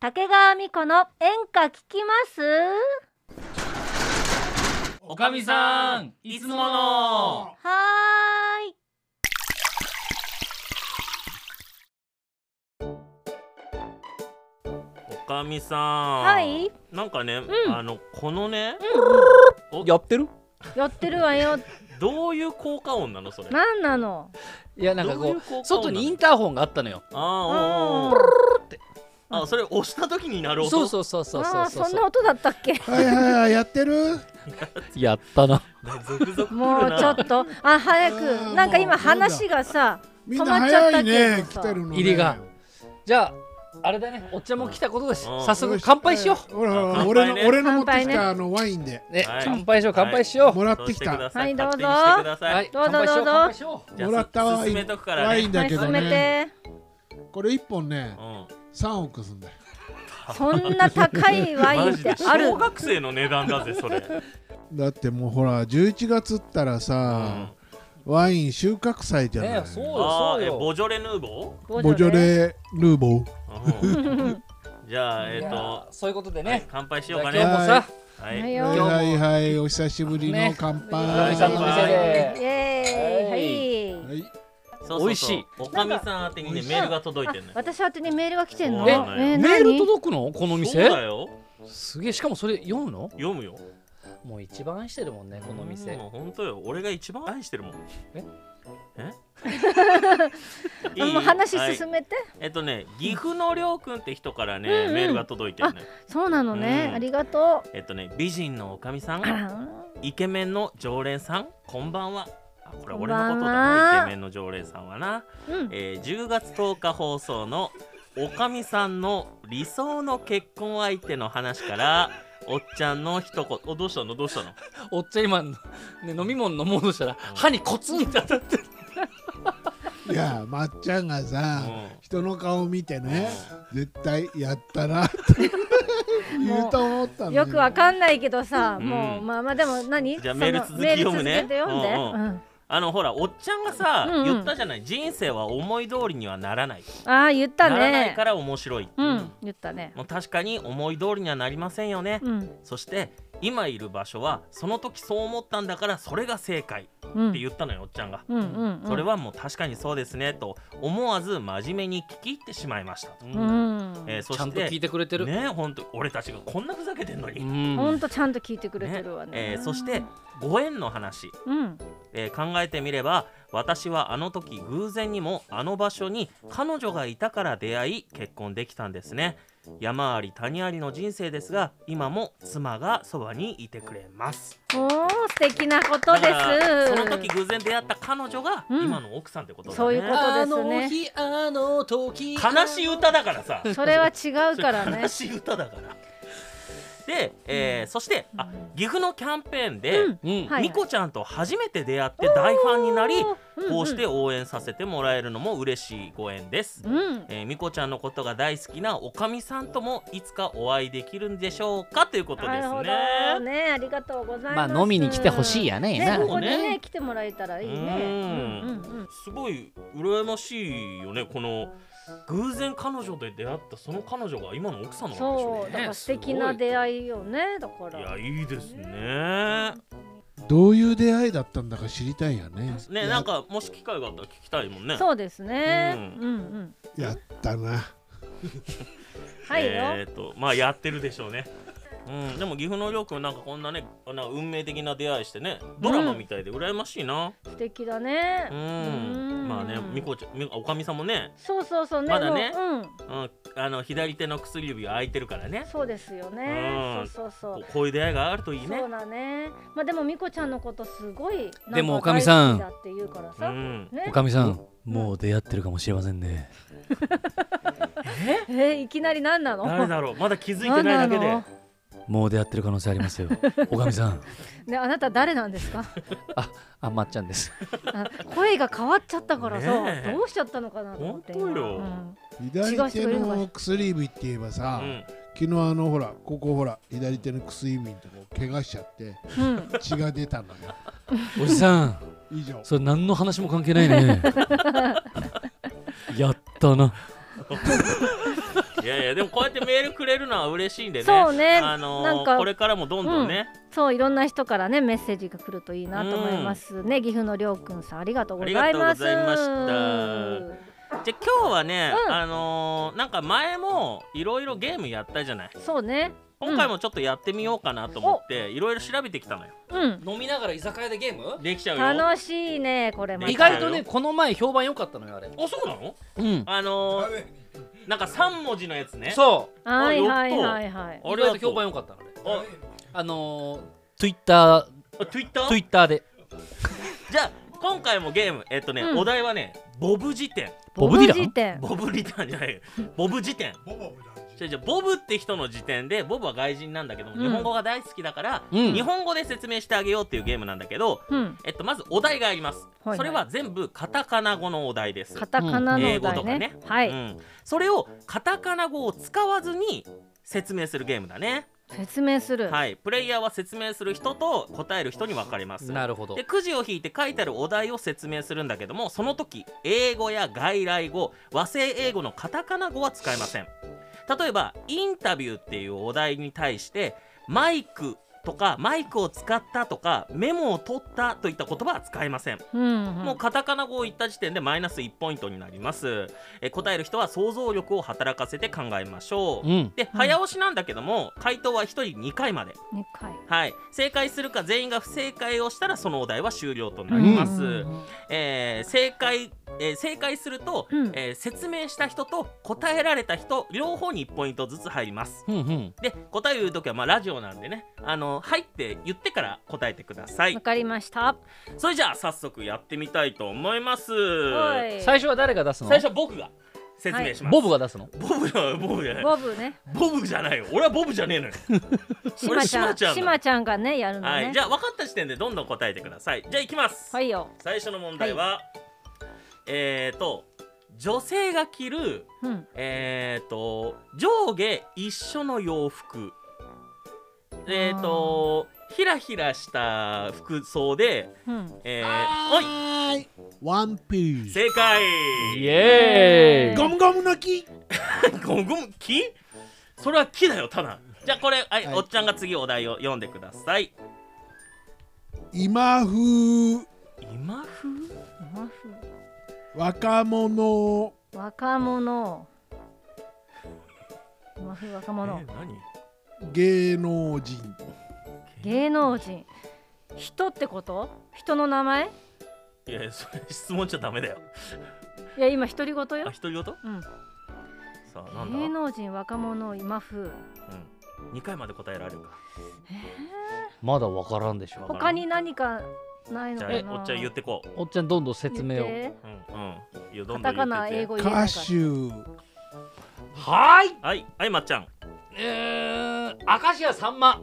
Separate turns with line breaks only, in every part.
竹川美子の演歌聞きます
おかみさんいつもの
はーい
おかみさん、
はい
なんかね、
うん
あのこのね、お
やってる
やってるわよ
どういう効果音なのそれ
なんなの
いやなんか
どう
こ
いう効果音なの
う外にインターホンがあったのよ
あーおーおーあそれ押した時になる音
そうそうそうそう
あ
そ
あ
う
ー
そう
そんな音だったっけ
はいはいはい、やってる。
やったな
続々来る
もう
な
ちょっとあ早
あ
く
ー
なんか
も
今
うどんどん
話がさ
みんな早いね、
止まっちゃ
来
ったけどさ
てるの、ね。
入りがじゃああれだねお茶も来たことです
うん
早速乾杯しよ
う。ほらほ
あ
ら、
乾
俺
杯
の、
ね
俺の持って
乾杯
き
ね
たあのワインで。
うね
はい
乾杯しよう乾杯しよ
もらっ
そう
て
し
き
てくだ
た。
さ
は
い
いどうぞ
勝手にしてくだ
う
さい
はい
どうぞ
乾杯しよう
どうぞ
乾杯しよう
じゃあ
もらったワイン
進めとくからね
ワインだけど
進
ね。
めて
これ一本ね
う、ん
三億すんだよ。
そんな高いワイン
マ
っ
ジ
て
で
ある
小学生の値段だ ぜそれ、う
だってもうほら、十一月ったら
ん
さ、、ワイン収穫祭じゃない
ね。そうよ
あ
そ
ー
う
え
よ
ボジョレ・ヌーボ
ボジョレヌーボー。
ー、う ん
うん
じゃあえっ、
いや
と、
そういうことで
はい
ね
乾杯し
じ
よ
ゃ
う
あ
か
今
ね
日もさ
は
はいいよ
はい
イ
はいはい、お久しぶりの
ね
乾
お
杯。
じさんの店で
エーイはい
はい。
そうそうそう
美味しい
おかみさん宛てにねメールが届いてるの
あ
よ
私はってねメールが来てんの
そうなのよ
え
メール
何
届くのこ
そうだ
の店
よ
すげえしかもそれ読むの
読むよ
もう一番愛してるもんねこの店
もう本当よ俺が一番愛してるもん
え
え
あ
いい
もう話
はい
進めて、
えっとね岐阜のりょうくんって人からね、
うんうん
メールが届いてるね
そうなのね、
うん
ありがとう
えっとね美人のおかみさ
あ
ん
らん
イケメンの常連さんこんばんはあこれ俺の
こん
こと
ば
だ
んは
なイケメンの常連さんはな、
うん
えー、10月10日放送のおかみさんの理想の結婚相手の話からおっちゃんの一言おどうしたのどうしたの
おっちゃん今、ね、飲み物飲もうとしたら歯にコツンって当たってる
いや、まっちゃんがさ
うん、
人の顔見てね、絶対やったなって 言うと思ったのに
よくわかんないけどさ、
うん
もうまあまあでも何
じゃあ
その
メール続き読むね
メール続けて読んで、
うんう
うん
あのほらおっちゃんがさ、
うんうん
言ったじゃない人生は思い通りにはならない、
ああ言った
ならない
ね
から面白い、
うん言ったね
もう確かに思い通りにはなりませんよね、
うん
そして今いる場所はその時そう思ったんだからそれが正解っ
うん
て言ったのよおっちゃんが、
うんうんうん
それはもう確かにそうですねと思わず真面目に聞き入ってしまいました、
うん
えーそ
ちゃん
し
と聞い
て
てくれてる、
ね本当俺たちがこんなふざけてんのに、
う
ね
ほん
ん
とちゃんと聞いてくれてるわね
えーそしてご縁の話
うん
えー考えてみれば私はあの時偶然にもあの場所に彼女がいたから出会い結婚できたんですね山あり谷ありの人生ですが今も妻がそばにいてくれます
おお素敵なことで
だから
す
その時偶然出会った彼女が
うん
今の奥さんってことだね、
そういうこと
あ
ですね
の日あの時
悲しい歌だからさ
それは違うから
それ
ね
悲しい歌だからで、えーそしてあ岐阜のキャンペーンで、
うん
うん、
はい
みこちゃんと初めて出会って大ファンになり
おー
こうして応援させてもらえるのも嬉しいご縁です
う、んうん
えー、みこちゃんのことが大好きなおかみさんともいつかお会いできるんでしょうかということです
なるほど
ね。
ねありがとうございま
ま
す、
あ飲みに来てほしい
や
やね
ね
な
ここに
そう
ね
ね
来てもらえたらいいね
う
うんんうんうん
すごい羨ましいよねこの偶然彼女で出会ったその彼女が今の奥さんなんでし
そ
ょ
う
う
だか
ね
ら。素敵な出会いよねだか
いや
ら
いいですね。
どういう出会いだったんだか知りたいよね。
ねなんかもし機会があったら聞きたいもんね。
そうですね
う
うんうん
やったな。
はいよ、
えー、とまあやってるでしょうね。うん、でも岐阜のりょうくんなんかこんなねなんか運命的な出会いしてねドラマみたいで羨ましいな。
素敵だね
う
うんん
まあねみこちゃんみおかみさんもね、
そうそうそうね
まだね
もううん
うん、あの左手の薬指が空いてるからね
そうですよね
うん
そうそうそう
ここういう出会いがあるといいね
そうだねまあでもみこちゃんのことすごいなんか
でもおかみさん
大好きだって言うから
う
さ、
ん
ね
おかみさんもう出会ってるかもしれませんね
えー、いきなり何なの
誰だろうまだ気づいてないだけ
何なの
で
もう出会ってる可能性ありま すよおかみさん
ね、あなた誰なんです か
ああまっちゃんです
あ声が変わっちゃったからさ、
ねえ
どうしちゃったのかなと思って
本当よ
うん
左手の薬指って言えばさ、
うん
昨日あのほらここほら左手の薬指のとこ怪我しちゃって
うん、
血が出たの よ。
おじさん
以上。
それ何の話も 関係ないねやったな
いやいやでもこうやってメールくれるのは嬉しいんでね
そうね
あのー
なんか
これからもどんどんね、
そういろんな人からねメッセージが来るといいなと思いますね、岐阜のりょうくんさんありがとうございます
ありがとうございまじゃあ今日はね、
うん
あのーなんか前もいろいろゲームやったじゃない
そうね
今回もちょっとやってみようかなと思っていろいろ調べてきたのよ
うん
飲みながら居酒屋でゲーム
できちゃうよ
楽しいねこれまた
意外とねこの前評判良かったのよあれ
あそうなの
うん
あのーなんか3文字のやつね
そ
はいはいはいはい
うん意外と評判良かったのね
あ
あのー、Twitter
あ Twitter?
Twitter で
じゃあ今回もゲームえっとね、
うん
お題はねボブ辞典
ボブディラン
辞典
ボブリターンじゃないよボブ辞典じゃあじゃあボブって人の辞典でボブは外人なんだけども、
うん
日本語が大好きだから、
うん
日本語で説明してあげようっていうゲームなんだけど、
うん
えっと、まずお題があります、
はいはい
それは全部カタカナ語のお題です、
カタカナの
英
お
語と
題
かね
ねは
う
い
ん、それをカタカナ語を使わずに説明するゲームだね、
説明する
はいプレイヤーは説明する人と答える人に分かれます
なるほど
でくじを引いて書いてあるお題を説明するんだけどもその時英語や外来語和製英語のカタカナ語は使えません例えばインタビューっていうお題に対してマイクとかマイクを使ったとかメモを取ったといった言葉は使えません
うん
もうカタカナ語を言った時点でマイナス1ポイントになりますえ答える人は想像力を働かせて考えましょう
うん
で早押しなんだけども回答は1人2回まで
2回
はい、正解するか全員が不正解をしたらそのお題は終了となります、
うん
えー正解、えー正解すると、
うん
えー説明した人と答えられた人両方に1ポイントずつ入ります
うんうん
で答えを言う時はまあラジオなんでねあの入って言ってから答えてください
わかりました
それじゃあ早速やってみたいと思います、
はい
最初は誰が出すの
最初は僕が説明します、
ボブが出すの
ボブじゃないボブじゃない
ボブね
ボブじゃないよ俺はボブじゃねえのよ
しまちゃ
俺島
ん
ちゃんだ
しまちゃんがねやるの
はい
ね
じゃあ分かった時点でどんどん答えてくださいじゃあいきます
はいよ
最初の問題は、えーと女性が着る
うん
えーと上下一緒の洋服えーとひらひらした服装で
うん
えー、おい
はーいワンピース
正解
イエー
ゴ
ゴ
イ
ム
ムゴムの木
ゴムゴム木それは木だよただじゃあこれ、はい
はい
おっちゃんが次お題を読んでください
今風
今風
マフ
若者
若者マフ若
え
者
ー、何
芸能人
芸能人人ってこと人の名前
いやいやそれ質問じゃダメだよ
いや今独り言
あ
よ、
独り言さ
うん、
あなんだ
芸能人若者今風
うん、2回まで答えられるか
まだわからんでし
わか
ょ
らん
他に何かないの
じ
か
ゃ
な
あおっちゃん言ってこう
おっちゃんどんどん説明を
言って
うんうんいやど
カ
んどん言って
タ
て
カナ英語入れな
歌
いから
手
はーい
はいはいまっちゃん
えー、明石家さんま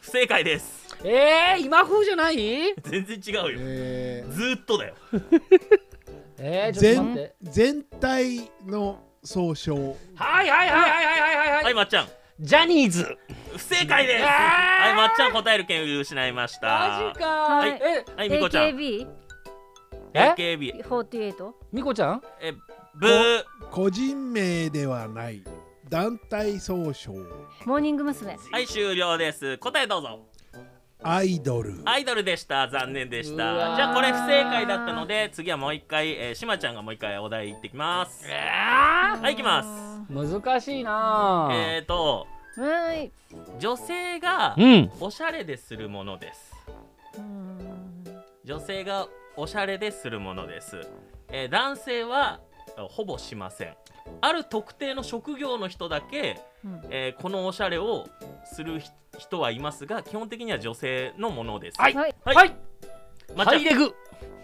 不正解です
えー、今風じゃない
全然違うよ
え
ずーっとだよ
えー、
ー
ちょっと待っ
全
て
全体の総称
はいはいはいはいはいはいはい、
はいまっちゃん
ジャニーズ
不正解です
えー
はいまっちゃん答える権利を失いました
マジか
はい
え
はいみこちゃん
AKB48
え
AKB
みこちゃん
えブー
個人名ではない団体総称
モーニング娘。
はい終了です答えどうぞ
アイドル
アイドルでした残念でした
うわー
じゃあこれ不正解だったので次はもう一回、えー、しまちゃんがもう一回お題言ってきますはい行きます
難しいなぁ、
えーと
うーい
女性が
うん
おしゃれでするものです
うーん
女性がおしゃれでするものです、えー男性はえーほぼしませんある特定の職業の人だけ、
うん
えーこのおしゃれをするひ人はいますが基本的には女性のものです
はい
はい
はい、
はい
まっ
ハ
ちゃ
イレグ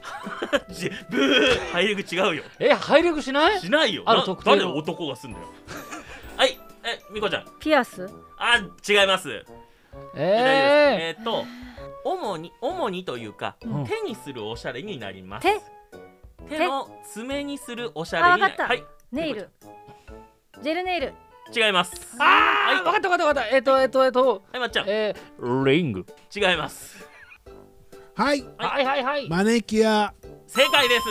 んじ ブー入り口違うよ
えハイレグしない
しないよ
ある
な
特定の
誰男がすんだよ はいえみこちゃん
ピアス
あ違います大
え
丈夫ですえーっと主に主にというか、
うん
手にするおしゃれになります
手
手の爪にするおしゃれにな
あわかった
はい
ネイルジェルネイル
違います
ー、あー、わかったわかったわかったえっ、とえっ、とえっ、と
はいまっちゃん
えー、リング
違います
はい
はいはいはい
マネキア
正解です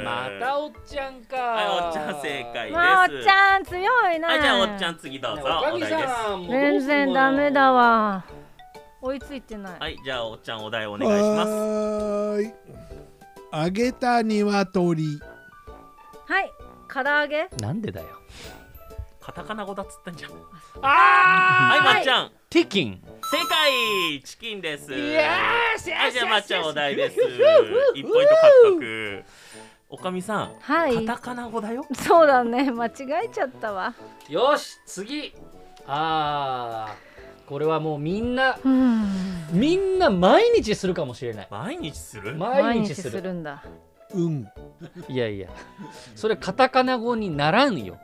え
またおっちゃんか
はいおっちゃん正解
まあおっ
です
ちゃん強いな、
はいじゃあおっちゃん次どうぞ
おか
お
み
題です
さんもうどうすんの
全然ダメだわ追いついてない、
はいじゃあおっちゃんお題お
お
願いします
願いします揚げた鶏
はい唐揚げ
なんでだよ
カタカナ語だっつったんじゃんは
あ
い
はい
まっちゃん
ティキン
正解チキンです
いやーし
はいじゃあまっちゃんお題 です一ポイント獲得おかみさん
はい
カタカナ語だよ
そうだね間違えちゃったわ
よし次あーこれはもうみんな
うん
みんな毎日するかもしれない
毎日する
毎
毎
日
日
す
す
る
るんだ
うん
いやいやそれカタカナ語にならんよ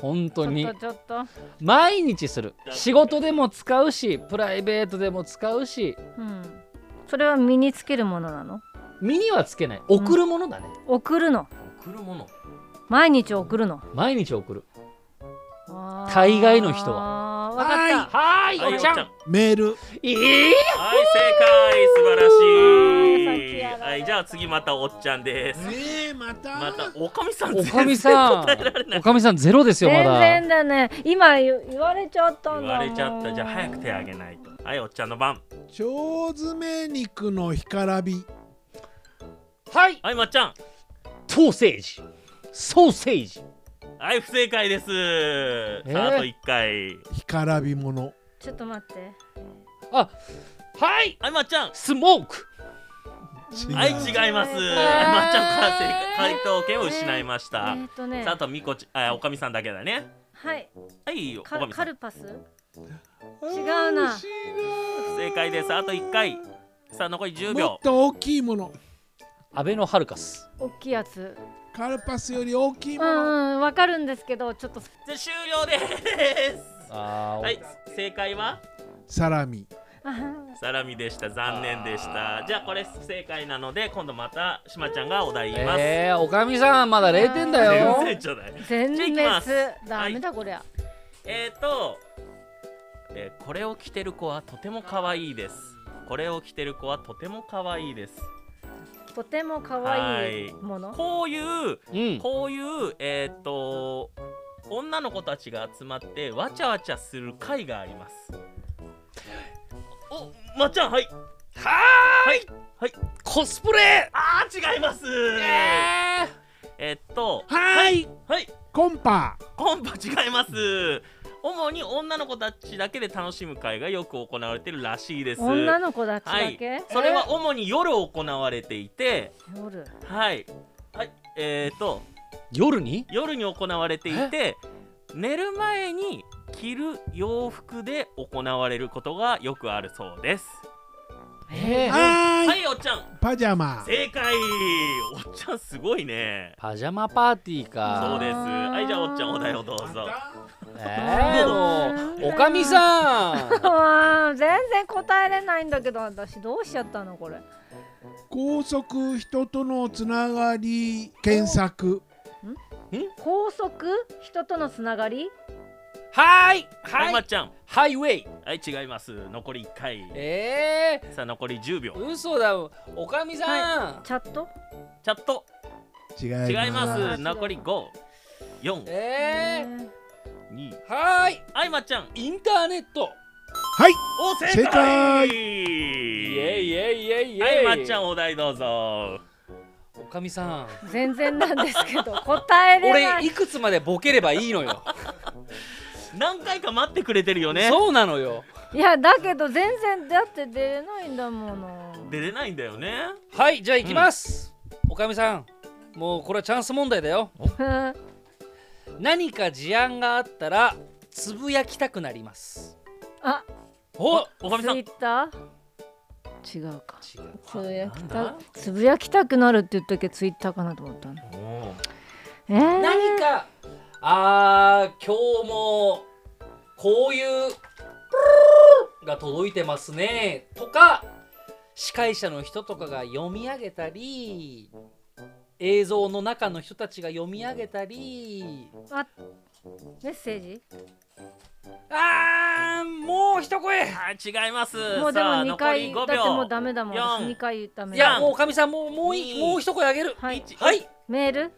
本
ち
当
ょ
に
っとちょっと、
毎日する仕事でも使うしプライベートでも使うし
うん、それは身につけるものなの
身にはつけない送るものだね、
送るの
送るもの
毎日送るの
毎日送る
あー
大概の人
わかった
は
はい
ー
お
いお
っ
ちゃん
ちゃん
メール
え
はい
あ
正解素晴らしい
ーさっきやられた
はいじゃあ次またおっちゃんです
ええまた
またおかみさん
おかみさ
全
ん
然答えられない
おかみさんゼロですよま
全
だ
然だね今言言われちゃったん
言
だ
わ
もん
れちゃったじゃあ早く手あげないとはいおっちゃんの番
腸詰め肉の干からび
はい
はいまっちゃん
ソーセージソーセージ
はい不正解です、さああと1回
干からびもの
ちょっと待って
はい
はいまっちゃん
スモーク
違う
はい違います、
えー
まっちゃんから正解回答権を失いまし
え
た、
ーっとね
さああとみこちあおかみさんだけだね
はい
はいお
カ
かみさ
カ
ん
ルパス違うな
惜しい
正解ですあと1回さあ残り10
なも
秒
っと大きいもの
アベノハルカス
大きいやつ
カルパスより大きいうもの
んうんわかるんですけどちょっと
じゃあ終了です
あー
はい正解は
サラミ
あ
サラミでした残念でしたじゃあこれ不正解なので今度またしまちゃんがお題言います、
えー、おかみさんまだ0点だよ
全然じゃない
全滅
じゃあ行きます
ダメだこりゃ、
えーと、えーこれを着てる子はとても可愛いですこれを着てる子はとても可愛いです
とても可愛いもの
こういう
うん
こういうえーと女の子たちが集まってわちゃわちゃする会がありますおまっちゃんはいはい
コスプレ
あー違います
え
えーっと
はーい
はい
コンパ
コンパ違います主に女の子たちだけで楽しむ会がよく行われてるらしいです
女の子たち
は
だ
い
け、、
それは主に夜行われていて、
え夜
はい、はい、えー、と、
夜に
夜に行われていて、寝る前に着る洋服で行われることがよくあるそうです。
え
は
は
ーい
い、おっちゃん、
パジャマ
正解おっちゃん、すごいね。
パジャマパーティー
そう
か
です。
あー
はい、じゃあ、おっちゃん、お題をどう
ま
ぞ。
た
えー、もうおかみさ ん
あー全然答えれないんだけど私どうしちゃったのこれ
高速人とのつながり検索
高速人とのつながり
はい
はい、
は
まっ
い
ちゃん、
ハイウェイ
はい、違います。残り1回。
えー
さあ、残り10秒。
嘘だおかみさん、
チャット
チャット、
違い
違い
ま
ますす。残り5、4、
え
え
2、
ー、はーい
はい、まっちゃん。
インターネット
はい
お正
正解
イェイイェイイェイイェ
は
イ
い、まっちゃんお題どうぞ。
おかみさん
ー全然なんですけ ど答えれな
俺
い
いくつまでボケればいいのよ、
何回か待ってくれてるよね。
そうなのよ
いやだけど全然だって出れないんだもの
出れないんだよね。
はいじゃあ行きます、おかみさんもうこれはチャンス問題だよ何か事案があったらつぶやきたくなります
あ
お
おかみ
ツ
さん。
イッター違うかつぶやきた
なんだ
つぶやきたくなるって言ったけどツイッターかなと思ったの
おー
えー、
何かあー今日もこういうプルルルが届いてますねとか司会者の人とかが読み上げたり映像の中の人たちが読み上げたり
あメッセージ
あーもう一声
はい、違います。
もうでも
さあ
2回だ
残
っ
り
てもう
5秒。
ダメだもん
四
私2回ダメ
いや
だ
もうおかみさんもうもうい
いい
もう一声あげる
はい
はい
メール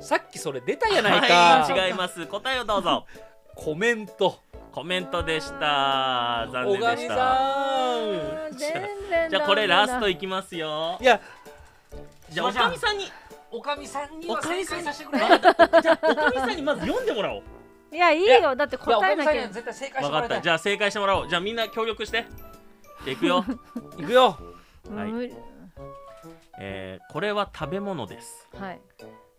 さっきそれ出たじゃないか、
はい、違います答えをどうぞ
コメント
コメントでした残
小
念で
神
した
さ
あ
ん
ー全然
じゃあこれ
ダメ
ラ
だ
ストいきますよ
いや
じゃあおかみさん に
おかみさんに
は
は
正
正
解さ
解させてくれ
わかったじゃあおかみさんにまず読んでもらおう
いやいい
い
よだって
いや
答
おか
えな
みさん
き
に
ゃ
は絶対正解して
分
も
からっ
いた
た
い
じゃあ正解してもらおうじゃあみんな協力してじゃあいく よ、
いくよ
うん
はい
無理
えーこれは食べ物です、
はい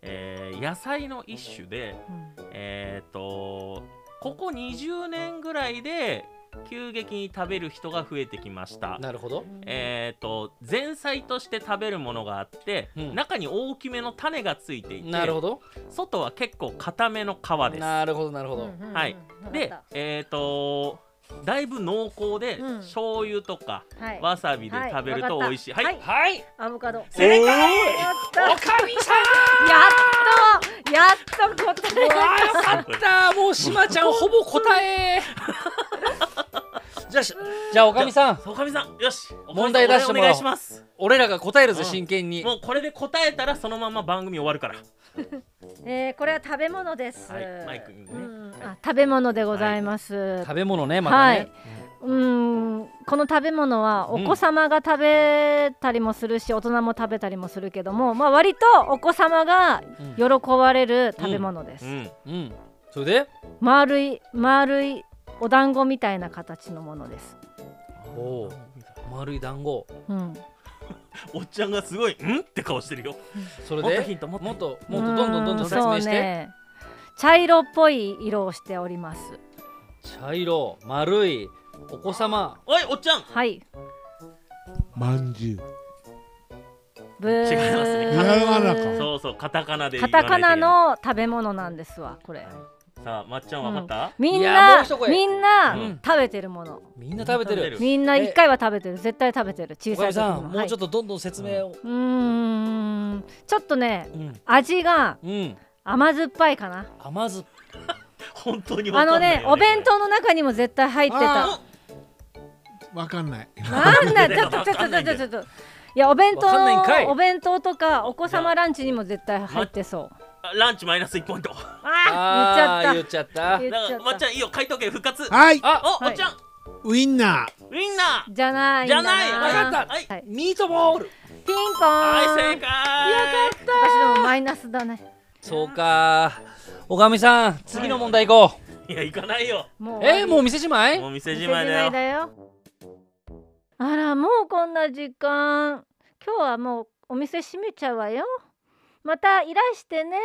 えー野菜の一種で
うん
えー、とここ20年ぐらいで急激に食べる人が増えてきました
なるほど
えー、と前菜として食べるものがあって、
うん
中に大きめの種がついていて
なるほど
外は結構硬めの皮です
なるほどなるほど、
うんうんうん
はい
わかった
でえー、とだいぶ濃厚で、
うん
醤油とか
はい
わさびで食べると美味しい、
はい
はい
わか
はい
ったアボカドやっ
正解
たや
おかみさん
っとやっと答え
あよかったもうしまちゃんほぼ答え じゃあしじゃあおかみさん
おかみさんよしおかみさん
問題出してもら
お
おう
願いします
俺らが答えるぜ
うん
真剣に
もうこれで答えたらそのまま番組終わるから
えーこれは食べ物です
はいマイクにね
うん
はい
あ食べ物でございます
食べ物ねま
は
た
い
ね、
うん、この食べ物はお
うん
子様が食べたりもするし、大人も食べたりもするけども、まあ、割とお子様が喜ばれる食べ物です、
うん
うんそれで
丸い丸いお団子みたいな形のものです、
おう丸い団子
うん、
おっちゃんがすごい「ん?」って顔してるよ
それ
もっと
で
ヒントもっと
もっともっとどんどんどんどん説
う
明
ん
し
そう
て
ね茶色っぽい色をしております
茶色丸いお子様
おいおっちゃん
はい
まんじゅう
ブー
違いますね
柔らか
そうそうカタカナで
カ
言わない
タ
とい
カ
けな
ナ
い
の食べ物なんですわこれ
さあまっちゃんわかった、
みん
いやもう
な
一声
みんな
うん
食べてるもの、
みんな食べてる
みんな
え
一回は食べてる絶対食べてる小
お
さい
か
時
みさ
も
んもうちょっ
っ
とどんどん説明を
うーんちょっとね
うん
味が
うん
甘酸っぱいかな
甘酸っ
本当にわ
あ
か
の
んないよ
ねお弁当の中にも絶対入ってた
あわかんない
なんだちょっと
わ
ちょっ
かんないんだ
と
よ
ちょっといやお弁
わかんないんかい
当のお弁当とかお子様ランチにも絶対入ってそう
あランチマイナス1ポイントだか
あー
あー
言
言
っ
っ
ち
ちゃった
言っちゃった
らまっちゃんいいよ回答権復活
はい
あ
お、
はい
おっちゃん
ウインナ
ウィンナ
ゃったじゃな
ー
いん
じ
だ
ゃないわかったはい、
はい
ミートボール
ピンポ
はい、
ー
正
ン
解よかっ
私でもマイナスだね
そうかおかみさん次の問題行こう
たいや行かないよ
もう
えーもう店じまい
もう店
店
じ
じ
ま
ま
い
い
だよ
だよあらもうこんな時間今日はもうお店閉めちゃうわよまたいらしてね